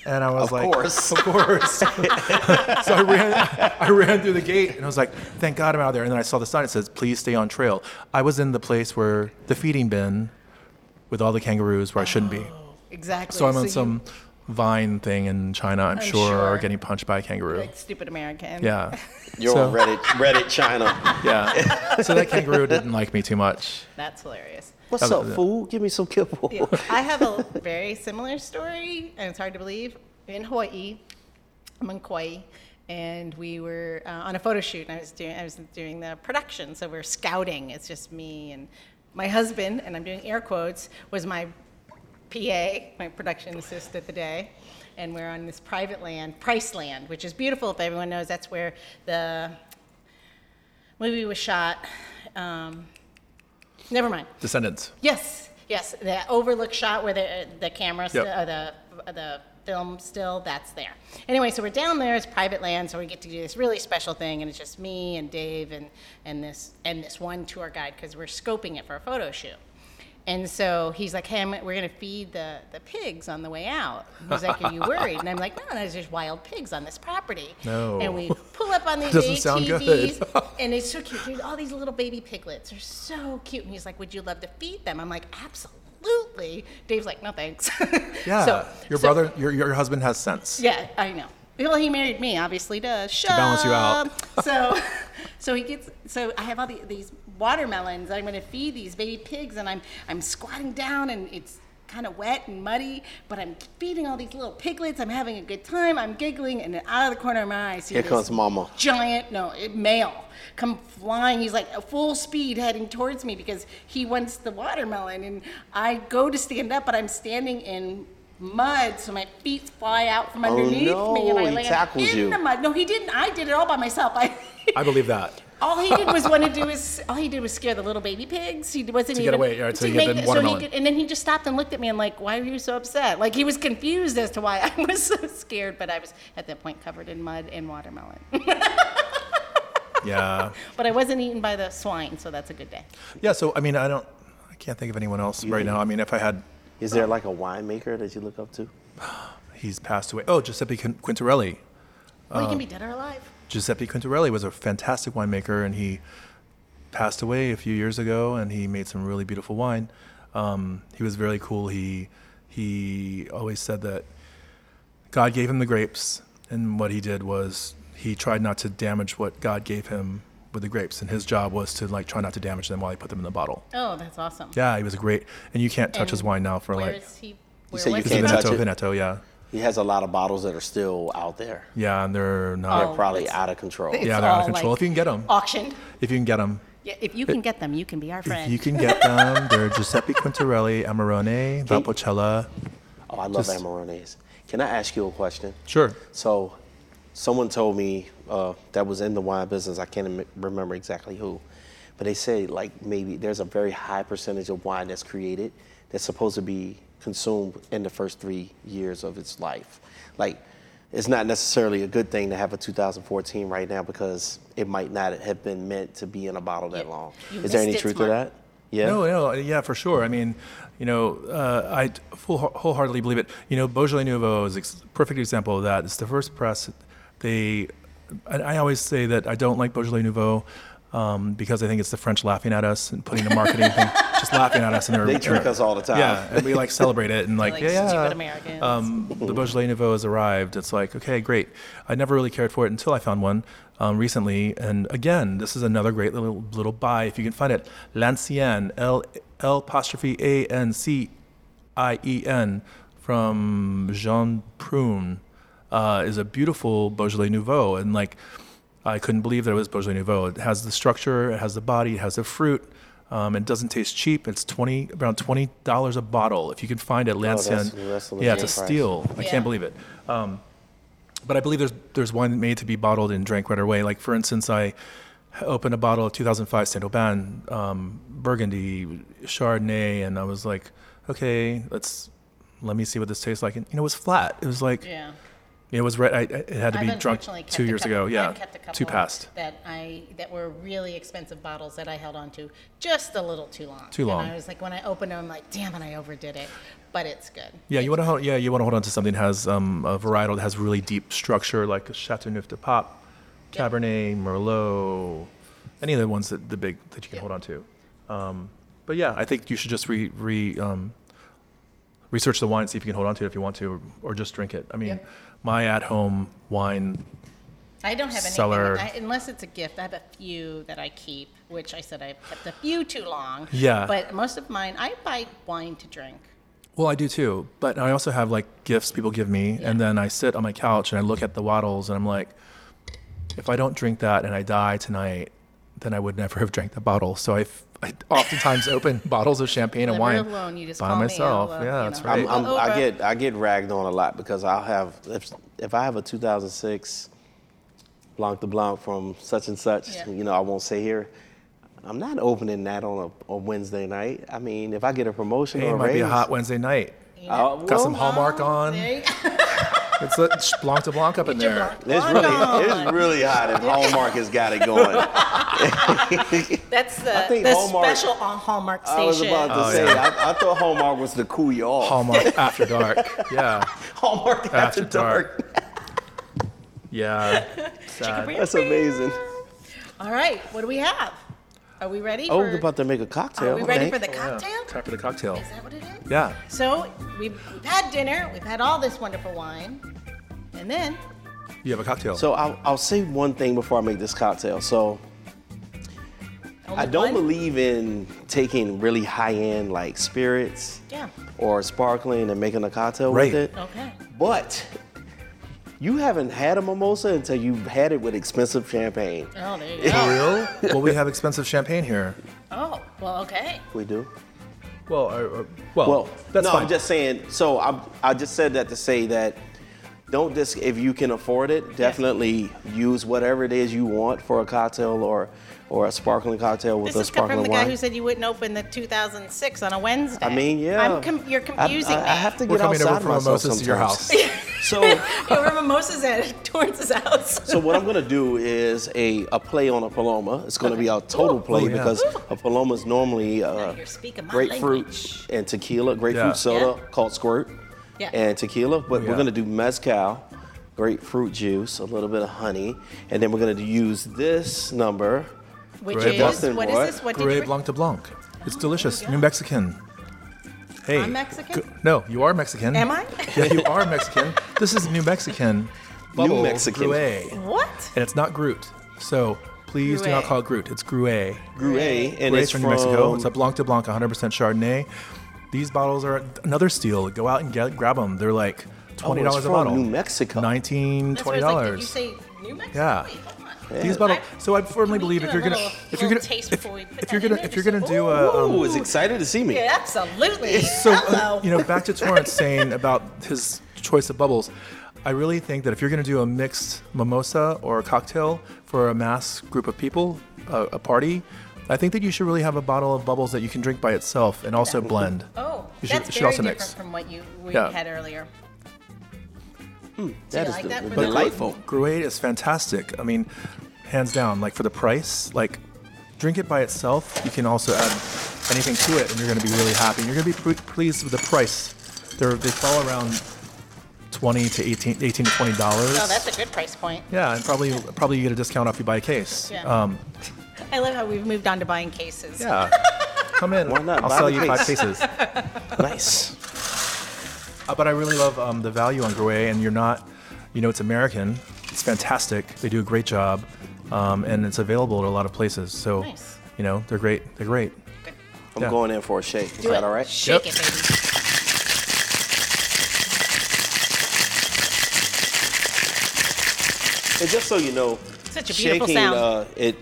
B: and I was
C: Of
B: like,
C: course.
B: of course. [laughs] so I ran I ran through the gate and I was like, thank God I'm out of there. And then I saw the sign that says, please stay on trail. I was in the place where the feeding bin with all the kangaroos where I shouldn't be.
A: Exactly.
B: So I'm
A: Oh,
B: on
A: you-
B: some vine thing in China, I'm, sure,
A: sure.
B: or getting punched by a kangaroo.
A: like stupid American.
B: Yeah.
C: You're
B: So-
C: on Reddit, Reddit China.
A: [laughs]
B: Yeah. so that kangaroo didn't like me too much.
A: That's hilarious.
C: What's up, fool? Give me some [laughs] kibble.
A: Yeah. I have a very similar story, and it's hard to believe. In Hawaii, I'm in Kauai, and we were uh, on a photo shoot, and I was doing I was doing the production, so we're scouting. It's just me and my husband, and I'm doing air quotes. Was my PA, my production assistant the day, and we're on this private land, Price Land, which is beautiful. If everyone knows, that's where the movie was shot. Um, never mind.
B: Descendants.
A: Yes, yes, the overlook shot where the the camera, sti-
B: Yep.
A: uh, the the film still, that's there. Anyway, so we're down there. It's private land, so we get to do this really special thing, and it's just me and Dave and and this and this one tour guide because we're scoping it for a photo shoot. And so he's like, "Hey, I'm, we're gonna feed the, the pigs on the way out." He's like, "Are you worried?" And I'm like, "No, there's just wild pigs on this property."
B: No.
A: And we pull up
B: [laughs]
A: on these
B: Doesn't sound good.
A: ATVs,
B: [laughs]
A: and it's so cute. There's all these little baby piglets. They're so cute. And he's like, Would you love to feed them? I'm like, Absolutely. Dave's like, No thanks. [laughs]
B: Yeah.
A: So-
B: your
A: so-
B: brother, your, your husband has sense.
A: Yeah, I know. Well, he married me, obviously does. Shut
B: balance you out.
A: so, [laughs] so he gets. So I have all the, these watermelons. I'm going to feed these baby pigs, and I'm I'm squatting down, and it's kind of wet and muddy, but I'm feeding all these little piglets. I'm having a good time. I'm giggling, and out of the corner of my eye, I see
C: Here
A: this
C: comes mama.
A: giant no it- male come flying he's like full speed heading towards me because he wants the watermelon and i go to stand up but i'm standing in mud so my feet fly out from underneath me and
C: Oh, no,
A: i
C: he
A: land
C: tackles
A: in
C: you.
A: the mud no he didn't i did it all by myself i
B: I believe that.
A: [laughs] All he did was want to do is all he did was scare the little baby pigs. He wasn't
D: To get
A: even
D: away, or to get the
A: so he
D: watermelon.
A: could, and then he just stopped and looked at me and like, why are you so upset? Like he was confused as to why I was so scared, but I was at that point covered in mud and watermelon. [laughs]
B: Yeah.
A: but I wasn't eaten by the swine, so that's a good day.
B: Yeah. So I mean, I don't. I can't think of anyone else right now. I mean, if I had,
C: Is there like a winemaker that you look up to?
B: he's passed away. Oh, Giuseppe Quin- Quintarelli.
A: Well, you can be dead or alive.
B: Giuseppe Quintarelli was a fantastic winemaker, and he passed away a few years ago. And he made some really beautiful wine. Um, he was really cool. He he always said that God gave him the grapes, and what he did was he tried not to damage what God gave him with the grapes, and his job was to like try not to damage them while he put them in the bottle.
A: Oh, that's awesome.
B: Yeah, he was a great, and you can't touch his
A: And
B: wine now for
A: Where
B: like
A: is he? Where
C: said you
A: was
C: can't
A: he?
C: touch
B: Veneto,
C: it.
B: Veneto, yeah,
C: He has a lot of bottles that are still out there.
B: yeah, and they're not,
A: Oh,
C: Probably
A: it's-
C: out of control.
A: it's
B: yeah, they're out
A: all,
B: of
A: like,
B: control.
A: oh.
B: if you can get them,
A: auctioned.
B: if you can get them,
A: Yeah, if you can get them, you can be our friend.
B: if you can get them, they're Giuseppe Quintarelli, Amarone, Valpolicella.
C: Oh, I love
B: Just-
C: Amarones. Can I ask you a question?
B: Sure.
C: So, someone told me uh, that was in the wine business. I can't em- remember exactly who, but they say like maybe there's a very high percentage of wine that's created that's supposed to be consumed in the first three years of its life. Like, it's not necessarily a good thing to have a 2014 right now because it might not have been meant to be in a bottle that
A: Yeah.
C: long.
A: You
C: Is there
A: missed
C: any
A: it,
C: truth to
A: Mark.
C: that? Yeah.
B: No, no, yeah, for sure. I mean, you know, uh, I full, wholeheartedly believe it. You know, Beaujolais Nouveau is a ex- perfect example of that. It's the first press. They, I, I always say that I don't like Beaujolais Nouveau um, because I think it's the French laughing at us and putting the marketing thing, just laughing at us. And they're,
C: They trick
B: they're-
C: us all the time.
B: [laughs] Yeah, and we like celebrate it and like,
A: Like
B: yeah,
A: stupid
B: yeah,
A: Americans.
B: Um, the Beaujolais Nouveau has arrived. It's like, okay, great. I never really cared for it until I found one um, recently. And again, this is another great little little buy if you can find it. Lancienne, L L apostrophe A N C I E N from Jean Prune uh, is a beautiful Beaujolais Nouveau, and like I couldn't believe that it was Beaujolais Nouveau. It has the structure, it has the body, it has the fruit. Um, it doesn't taste cheap. It's twenty around twenty dollars a bottle if you can find it. Lancienne,
C: that's a
B: yeah, it's a
C: legit price.
B: steal. I
A: Yeah.
B: can't believe it. Um, but I believe there's there's wine made to be bottled and drank right away. Like for instance, I opened a bottle of 2005 Saint Aubin um, Burgundy Chardonnay, and I was like, okay, let's let me see what this tastes like. And you know, it was flat. It was like
A: yeah.
B: it was red. I, I- it had to
A: I've
B: be drunk
A: unfortunately kept
B: two
A: a
B: years
A: couple-
B: ago. Yeah,
A: I've kept a couple
B: two past.
A: that I that were really expensive bottles that I held on to just a little too long.
B: Too long.
A: And I was like, when I opened them, I'm like, damn it, I overdid it, but it's good.
B: Yeah, you want to hold. Yeah, you want to hold on to something that has um, a varietal that has really deep structure, like a Chateauneuf de Pop, Cabernet, Merlot, any of the ones that the big that you can
A: Yeah.
B: hold on to. Um, but yeah, I think you should just re, re um, research the wine, see if you can hold on to it if you want to, or, or just drink it. I mean,
A: Yeah.
B: my at-home wine.
A: I don't have anything
B: Cellar.
A: I, unless it's a gift. I have a few that I keep, which I said I've kept a few too long.
B: Yeah.
A: But most of mine, I buy wine to drink.
B: Well, I do too, but I also have like gifts people give me, and then I sit on my couch and I look at the wattles, and I'm like, if I don't drink that and I die tonight, then I would never [laughs] have drank the bottle. So I, f- I
A: [laughs]
B: oftentimes open bottles of champagne
A: Live
B: and wine
A: her alone, you just
B: by
A: call me,
B: myself.
A: I'll, uh,
B: yeah,
A: you
B: that's
A: know.
B: right.
C: I'm, I'm, I
A: Over.
C: get I get ragged on a lot because I'll have if, if I have a 2006 Blanc de Blanc from such and such,
A: Yeah.
C: you know I won't say here. I'm not opening that on a, a Wednesday night. I mean, if I get a promotion
B: Hey,
C: or
B: it
C: a
B: might
C: raise,
B: be a hot Wednesday night.
C: I'll-
B: Got some
C: well,
B: Hallmark on.
A: Oh,
C: [laughs]
A: There you
B: It's a sh- Blanc de Blanc up in there.
C: It's really it's really hot
A: [laughs]
C: if Hallmark has got it going.
A: That's the,
C: think
A: the
C: Hallmark-
A: special on Hallmark
C: I was
A: station.
C: about to
B: Oh,
C: say
B: yeah.
C: I, I thought Hallmark was the cool you off.
A: [laughs]
B: Hallmark after dark. Yeah,
C: Hallmark after,
B: after
C: dark.
B: dark. yeah. Sad.
C: [laughs] That's amazing.
A: All right, what do we have? Are we ready?
C: Oh,
A: for,
C: we're about to make a cocktail.
A: are we
C: I
A: ready
C: think.
A: for the cocktail?
B: Time for the cocktail.
A: Is that what it is?
B: Yeah.
A: So we've, we've had dinner, we've had all this wonderful wine, and then
B: You have a cocktail.
C: So I'll, I'll say one thing before I make this cocktail. So
A: only
C: I
A: one-
C: don't believe in taking really high-end like spirits
A: Yeah.
C: or sparkling and making a cocktail
B: Right.
C: with it.
A: Okay.
C: But you haven't had a mimosa until you've had it with expensive champagne.
A: Oh, there
C: [laughs]
A: you
B: For
A: go.
B: real? well, we have expensive champagne here.
A: oh, well, okay.
C: We do.
B: Well, uh, uh, well,
C: Well,
B: that's
C: no,
B: fine.
C: I'm just saying. So I'm, I just said that to say that don't dis if you can afford it definitely use whatever it is you want for a cocktail or or a sparkling cocktail with
A: This
C: a
A: is from
C: sparkling
A: the
C: wine
A: guy who said you wouldn't open the 2006 on a Wednesday.
C: i mean yeah
A: I'm com- you're
C: I-
A: confusing
C: I, I,
A: me.
C: have to
A: [laughs]
B: We're
C: get
B: coming
C: outside
B: over for
C: myself
B: mimosas to your
C: sometimes.
B: house.
C: [laughs] so
A: yeah, we're mimosas at [laughs] Torrance's house.
C: So what I'm gonna do is a, a play on a paloma. It's gonna be a total play
B: Ooh, Oh, yeah.
C: because a paloma is normally uh,
A: you're speaking my
C: grapefruit
A: language.
C: and tequila, grapefruit
B: Yeah.
C: soda
A: Yeah.
C: called squirt,
A: Yeah.
C: and tequila. But
B: yeah.
C: we're gonna do mezcal, grapefruit juice, a little bit of honey, and then we're gonna use this number.
A: Which
B: Grey
A: is,
C: Boston
A: what is
C: boy.
A: this? What did
B: Grey
A: you bring?
B: Blanc de Blanc. It's delicious.
A: go.
B: New Mexican. Hey.
A: I'm Mexican?
B: no, you are Mexican.
A: Am I?
B: [laughs]
A: [laughs]
B: yeah, you are Mexican. This is New Mexican. Bubble
C: Mexican.
B: Gruet. And
A: What?
B: it's not Groot. So please do not
A: Gruet.
B: call it Groot. It's Gruet.
C: Grey, and
B: Gruet's
C: it's
B: from
C: from
B: New Mexico. It's a Blanc de Blanc, 100% Chardonnay. These bottles are another steal. Go out and get, grab them. They're like $20
C: Oh, it's
B: a
C: from
B: bottle.
C: New Mexico.
B: 19
A: That's
B: $20.
A: what I was like, did you say New Mexico?
B: Yeah.
A: Wait, hold on.
B: These bottle.
A: I-
B: So I
A: Let
B: firmly
A: me
B: believe if
A: do a
B: you're gonna,
A: little-
B: if
A: little
B: you're gonna,
A: taste
B: if,
A: before we put
B: if you're
A: that in
B: gonna,
A: there,
B: if you're
A: just
B: gonna
A: a-
B: do a, um,
C: Ooh, is excited to see me.
A: Yeah, absolutely.
B: [laughs] so uh,
A: Hello.
B: you know, back to Torrance saying about his choice of bubbles. I really think that if you're gonna do a mixed mimosa or a cocktail for a mass group of people, a, a party, I think that you should really have a bottle of bubbles that you can drink by itself and also blend.
A: oh,
B: you should,
A: that's
B: should
A: very
B: also
A: different
B: mix.
A: from what you we
B: Yeah.
A: had earlier.
C: That
A: you
C: is
A: like
C: de-
A: that for the-
C: delightful.
B: Gruet is fantastic. I mean, hands down. Like for the price, like drink it by itself. You can also add anything to it, and you're going to be really happy. You're going to be pre- pleased with the price. They're, they fall around twenty to 18, 18 to twenty dollars.
A: Oh, that's a good price point.
B: yeah, and probably probably you get a discount off you buy a case.
A: Yeah.
B: Um,
A: I love how we've moved on to buying cases. [laughs]
B: yeah. Come in.
C: Why not?
B: I'll
C: Buy
B: sell
C: the
B: you five cases.
C: Nice.
B: Uh, but I really love um, the value on Gruet, and you're not, you know, it's American. It's fantastic. They do a great job, um, and it's available at a lot of places. So,
A: Nice.
B: you know, they're great. They're great.
A: Good.
C: I'm
B: Yeah.
C: going in for a shake. Is
A: Do
C: that
A: it.
C: all right?
A: Shake
B: Yep.
A: it, baby.
C: And just so you know,
A: Such a beautiful
C: shaking
A: sound.
C: Uh, it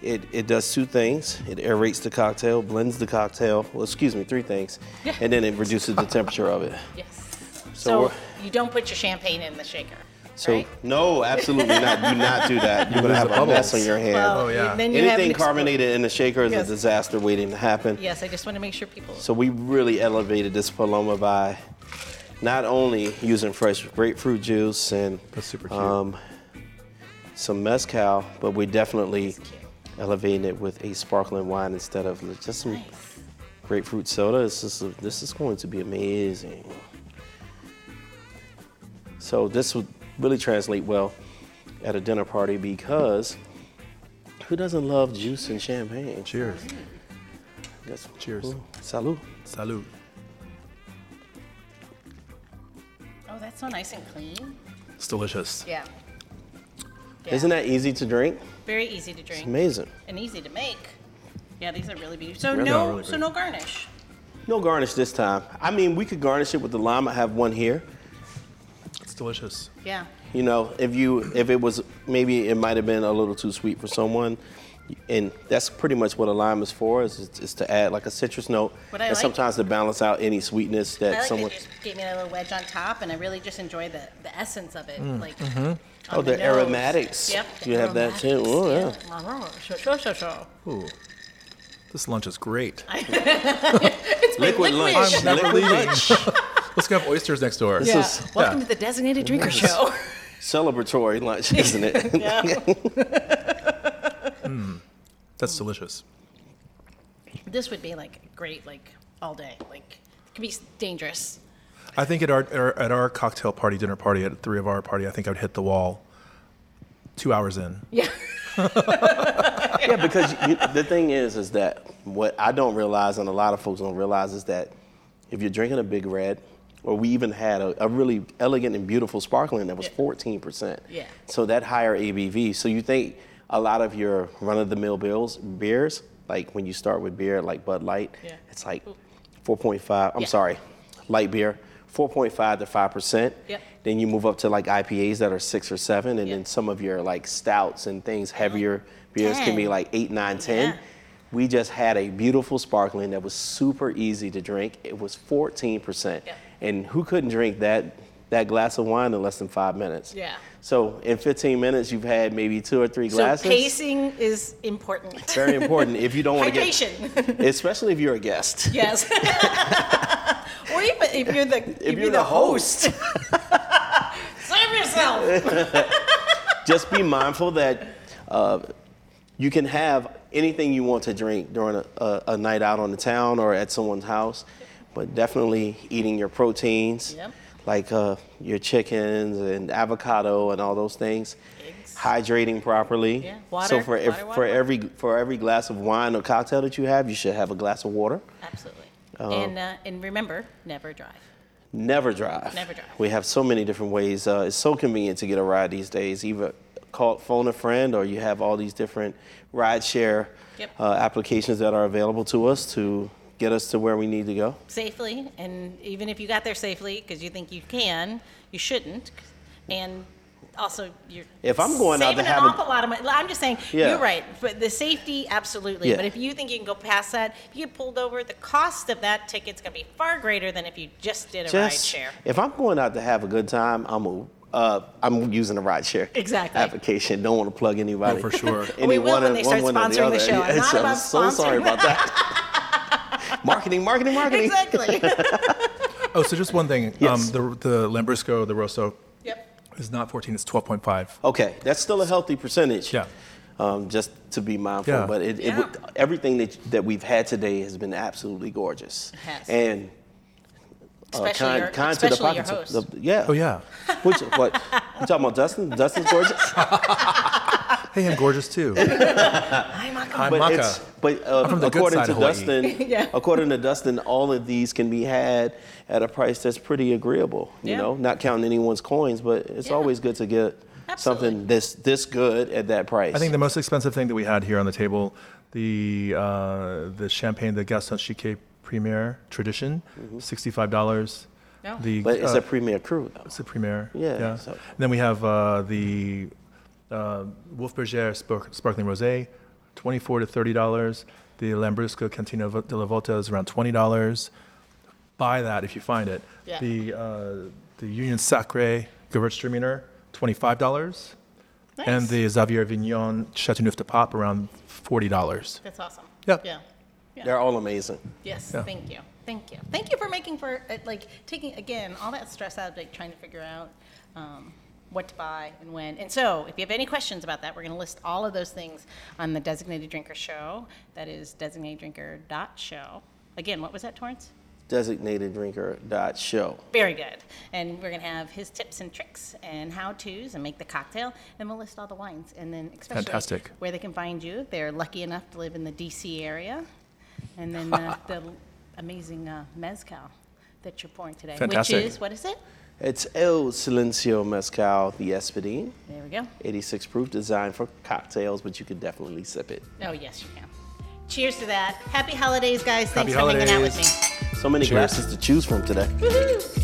C: it it does two things. It aerates the cocktail, blends the cocktail. Well, excuse me, three things,
A: Yeah.
C: and then it reduces the temperature of it.
A: Yes.
C: So,
A: So,
C: we're-
A: you don't put your champagne in the shaker.
C: so
A: right?
C: no, absolutely not. Do not do that. You're gonna
B: lose
C: have
B: the
C: a mess on
B: bubbles.
C: your hand.
A: Well,
B: Oh, yeah.
A: Then you have an
C: Anything
A: explo-
C: carbonated in the shaker is
A: Yes.
C: a disaster waiting to happen.
A: Yes, I just want to make sure people.
C: So we really elevated this Paloma by not only using fresh grapefruit juice and um,
B: That's super cute.
C: some mezcal, but we definitely
A: That's cute.
C: elevating it with a sparkling wine instead of just some grapefruit soda. It's just this is going to be amazing. So this would really translate well at a dinner party because who doesn't love juice and champagne?
B: Cheers.
C: That's-
B: Cheers.
C: Ooh, Salud.
B: Salud.
A: Oh, that's so nice and clean.
B: It's delicious.
A: Yeah. Yeah.
C: Isn't that easy to drink?
A: very easy to drink
C: Amazing.
A: and easy to make? Yeah, these are really beautiful. So
B: Really?
A: no,
B: Really
A: so
B: good.
A: no garnish.
C: No garnish this time. I mean, we could garnish it with the lime. I have one here.
B: It's delicious.
A: Yeah.
C: You know, if you if it was maybe it might have been a little too sweet for someone, and that's pretty much what a lime is for is, is to add like a citrus note
A: What I
C: and
A: like-
C: sometimes to balance out any sweetness that
A: I like
C: someone.
A: that you just gave me that little wedge on top, and I really just enjoy the, the essence of it. Like on
C: Mm, Oh, the
A: nose.
C: aromatics.
A: Yep.
C: You have that too.
A: aromatics,
C: Oh,
A: yeah. Sure, sure, sure, sure.
B: Ooh. This lunch is great.
A: It's my
C: Liquid lunch.
B: I'm never
C: Liquid
B: leaving.
C: lunch.
B: [laughs] Let's go have oysters next door.
C: This
A: Yeah.
C: is-
A: Welcome
B: yeah.
A: to the designated drinker
C: [laughs]
A: show.
C: Celebratory lunch, isn't it?
A: [laughs] Yeah.
B: That's delicious.
A: this would be like great, like all day. Like it could be s- dangerous.
B: I think at our, our at our cocktail party, dinner party, at three of our party, I think I would hit the wall. Two hours in.
A: Yeah.
C: Yeah, because you, the thing is, is that what I don't realize, and a lot of folks don't realize, is that if you're drinking a big red, or we even had a, a really elegant and beautiful sparkling that was
A: Yeah.
C: 14%.
A: Yeah.
C: So that higher ABV. So you think a lot of your run-of-the-mill bills, beers, like when you start with beer, like Bud Light,
A: Yeah.
C: it's like 4.5. I'm
A: Yeah.
C: sorry, light beer. 4.5 to 5%.
A: Yep.
C: Then you move up to like IPAs that are six or seven, and
A: Yeah.
C: then some of your like stouts and things, heavier beers can be
A: Ten.
C: like eight, nine, ten.
A: Yeah.
C: We just had a beautiful sparkling that was super easy to drink. It was 14%.
A: Yeah.
C: And who couldn't drink that that glass of wine in less than five minutes.
A: Yeah.
C: So in 15 minutes, you've had maybe two or three glasses.
A: So pacing is important.
C: Very important if you don't want to
A: Hydration.
C: get, especially if you're a guest.
A: yes. [laughs] or even if you're the if,
C: If you're the host,
A: serve yourself.
C: just be mindful that uh, you can have anything you want to drink during a, a, a night out on the town or at someone's house, but definitely eating your proteins,
A: Yep.
C: like uh, your chickens and avocado and all those things.
A: Eggs.
C: Hydrating properly.
A: Yeah, water,
C: so for ev-
A: water, water,
C: for
A: water.
C: every for every glass of wine or cocktail that you have, you should have a glass of water.
A: Absolutely.
C: Um,
A: and uh, and remember, never drive.
C: Never drive.
A: Never drive.
C: We have so many different ways. Uh, it's so convenient to get a ride these days. Either call, phone a friend, or you have all these different ride share
A: Yep.
C: uh, applications that are available to us to get us to where we need to go.
A: safely, and even if you got there safely because you think you can, you shouldn't. And also, you're
C: If I'm going out
A: saving
C: to
A: an
C: have a-
A: awful lot of money. I'm just saying,
C: Yeah.
A: you're right. But the safety, absolutely.
C: Yeah.
A: But if you think you can go past that, if you get pulled over, the cost of that ticket's going to be far greater than if you just did a
C: Just-
A: ride
C: [laughs]
A: share.
C: If I'm going out to have a good time, I'm a, uh, I'm using a ride share
A: Exactly.
C: application. Don't want to plug anybody.
B: for
C: [laughs]
B: sure.
C: Any
A: We will
C: one
A: when
C: or-
A: they
C: one
A: start
C: way or
A: sponsoring the
C: other.
A: show. I'm
C: Yes,
A: not
C: I'm
A: about
C: so sorry
A: sponsoring.
C: about that. [laughs] marketing,
A: [laughs]
C: marketing, marketing.
A: Exactly.
B: Oh, so just one thing.
C: Yes.
B: Um, the the Lambrusco, the Rosso,
A: yep.
B: is not 14. It's 12.5.
C: Okay, that's still a healthy percentage.
B: Yeah.
C: Um, just to be mindful,
B: Yeah.
C: but it, it
A: Yeah.
C: everything that that we've had today has been absolutely gorgeous.
A: has.
C: And uh,
A: Especially
C: kind,
A: your-
C: kind to the
A: especially your
C: pockets. of
A: host.
C: the- yeah.
B: Oh yeah.
C: Which what you talking about? Dustin?
B: [laughs]
C: Dustin's gorgeous.
B: Hey, I'm gorgeous [laughs] too.
A: I'm not
B: I'm
A: gonna-
C: But
B: Maka.
C: it's but
B: from
C: uh,
B: the good
C: according
B: side
C: to
B: of Hawaii.
A: [laughs]
C: Dustin,
A: Yeah.
C: according to Dustin, all of these can be had at a price that's pretty agreeable. You
A: Yeah.
C: know, not counting anyone's coins, but it's
A: Yeah.
C: always good to get
A: Absolutely.
C: something this this good at that price.
B: I think the most expensive thing that we had here on the table, the uh, the champagne, the Gaston Chiquet Premier Tradition, sixty-five dollars.
A: No.
B: The
C: but it's
B: uh,
C: a premier crew though.
B: it's a premier.
C: Yeah, so-
B: And then we have uh, the uh, Wolf Berger Spark- Sparkling Rosé, twenty-four to thirty dollars. The Lambrusco Cantina Vo- de la Volta is around twenty dollars. Buy that if you find it.
A: Yeah.
B: The uh, the Union Sacré Gewürztraminer, twenty-five dollars. And
A: Nice.
B: the Xavier Vignon Chateauneuf de Pop around forty dollars.
A: That's awesome.
B: Yep.
A: Yeah.
C: They're all amazing.
A: Yes,
B: Yeah.
A: thank you, thank you, thank you for making for uh, like taking again all that stress out of like trying to figure out um, what to buy and when. And so, if you have any questions about that, we're going to list all of those things on the Designated Drinker Show. That is designateddrinker.show. Again, what was that, Torrance?
C: Designated drinker dot show.
A: Very good. And we're going to have his tips and tricks and how to's and make the cocktail. And we'll list all the wines and then especially
B: Fantastic.
A: where they can find you. if They're lucky enough to live in the DC area. And then
B: [laughs]
A: uh, the amazing uh, Mezcal that you're pouring today.
B: Fantastic.
A: Which is, what is it?
C: It's El Silencio Mezcal, the Espadine.
A: There we go.
C: 86 proof, designed for cocktails, but you could definitely sip it.
A: Oh, yes, you can. Cheers to that. Happy holidays, guys. Thanks
B: Happy
A: for hanging out with me.
B: holidays.
C: So many
B: Cheers.
C: glasses to choose from today.
A: Woohoo!